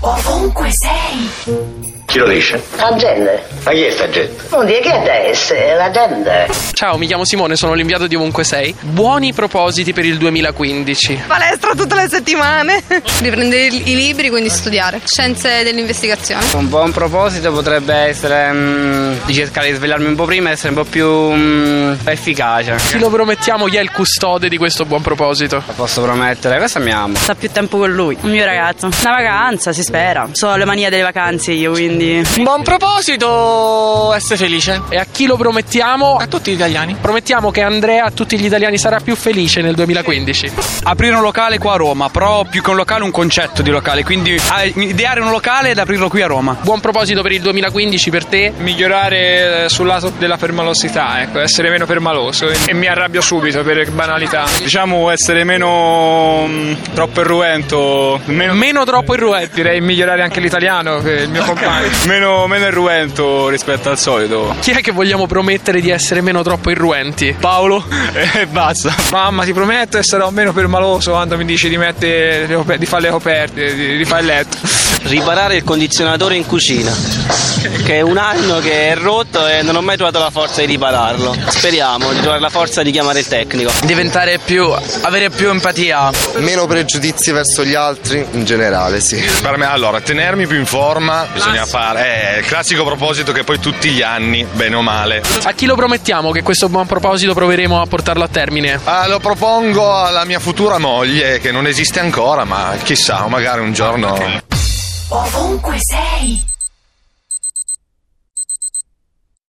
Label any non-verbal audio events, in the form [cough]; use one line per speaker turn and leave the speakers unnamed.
Ovunque sei,
Chi lo dice?
La gente,
Ma chi è sta gente?
non dire che adesso è la gente.
Ciao, mi chiamo Simone, sono l'inviato di Ovunque Sei. Buoni propositi per il 2015.
palestra tutte le settimane. Riprendere i libri, quindi studiare. Scienze dell'investigazione.
Un buon proposito potrebbe essere mm, di cercare di svegliarmi un po' prima e essere un po' più mm, efficace.
Chi lo promettiamo chi è il custode di questo buon proposito?
Lo posso promettere, questo mi amo.
sta più tempo con lui, un mio ragazzo. Una vacanza, si spera. So le manie delle vacanze io, quindi.
Buon proposito, essere felice.
E a chi lo promettiamo?
A tutti gli italiani.
Promettiamo che Andrea a tutti gli italiani sarà più felice nel 2015.
Aprire un locale qua a Roma, però più che un locale un concetto di locale, quindi ah, ideare un locale ed aprirlo qui a Roma.
Buon proposito per il 2015 per te.
migliorare eh, sul lato della permalosità, ecco, essere meno permaloso e mi arrabbio subito per banalità. Diciamo essere meno mm, troppo irruento, meno,
Meno troppo irruente.
direi migliorare anche l'italiano che è il mio compagno, [laughs] meno, meno irruento rispetto al solito.
Chi è che vogliamo promettere di essere meno troppo irruenti?
Paolo e basta. Mamma, ti prometto che sarò meno permaloso quando mi dici di, mettere le coper- di fare le coperte, di, di fare il letto.
riparare il condizionatore in cucina che è un anno che è rotto e non ho mai trovato la forza di ripararlo speriamo di trovare la forza di chiamare il tecnico
Diventare più. avere più empatia.
meno pregiudizi verso gli altri in generale, sì.
allora, tenermi più in forma bisogna fare. È il classico proposito che poi tutti gli anni, bene o male.
A chi lo promettiamo che questo buon proposito proveremo a portarlo a termine?
Ah, lo propongo alla mia futura moglie, che non esiste ancora, ma chissà, magari un giorno.
ovunque sei.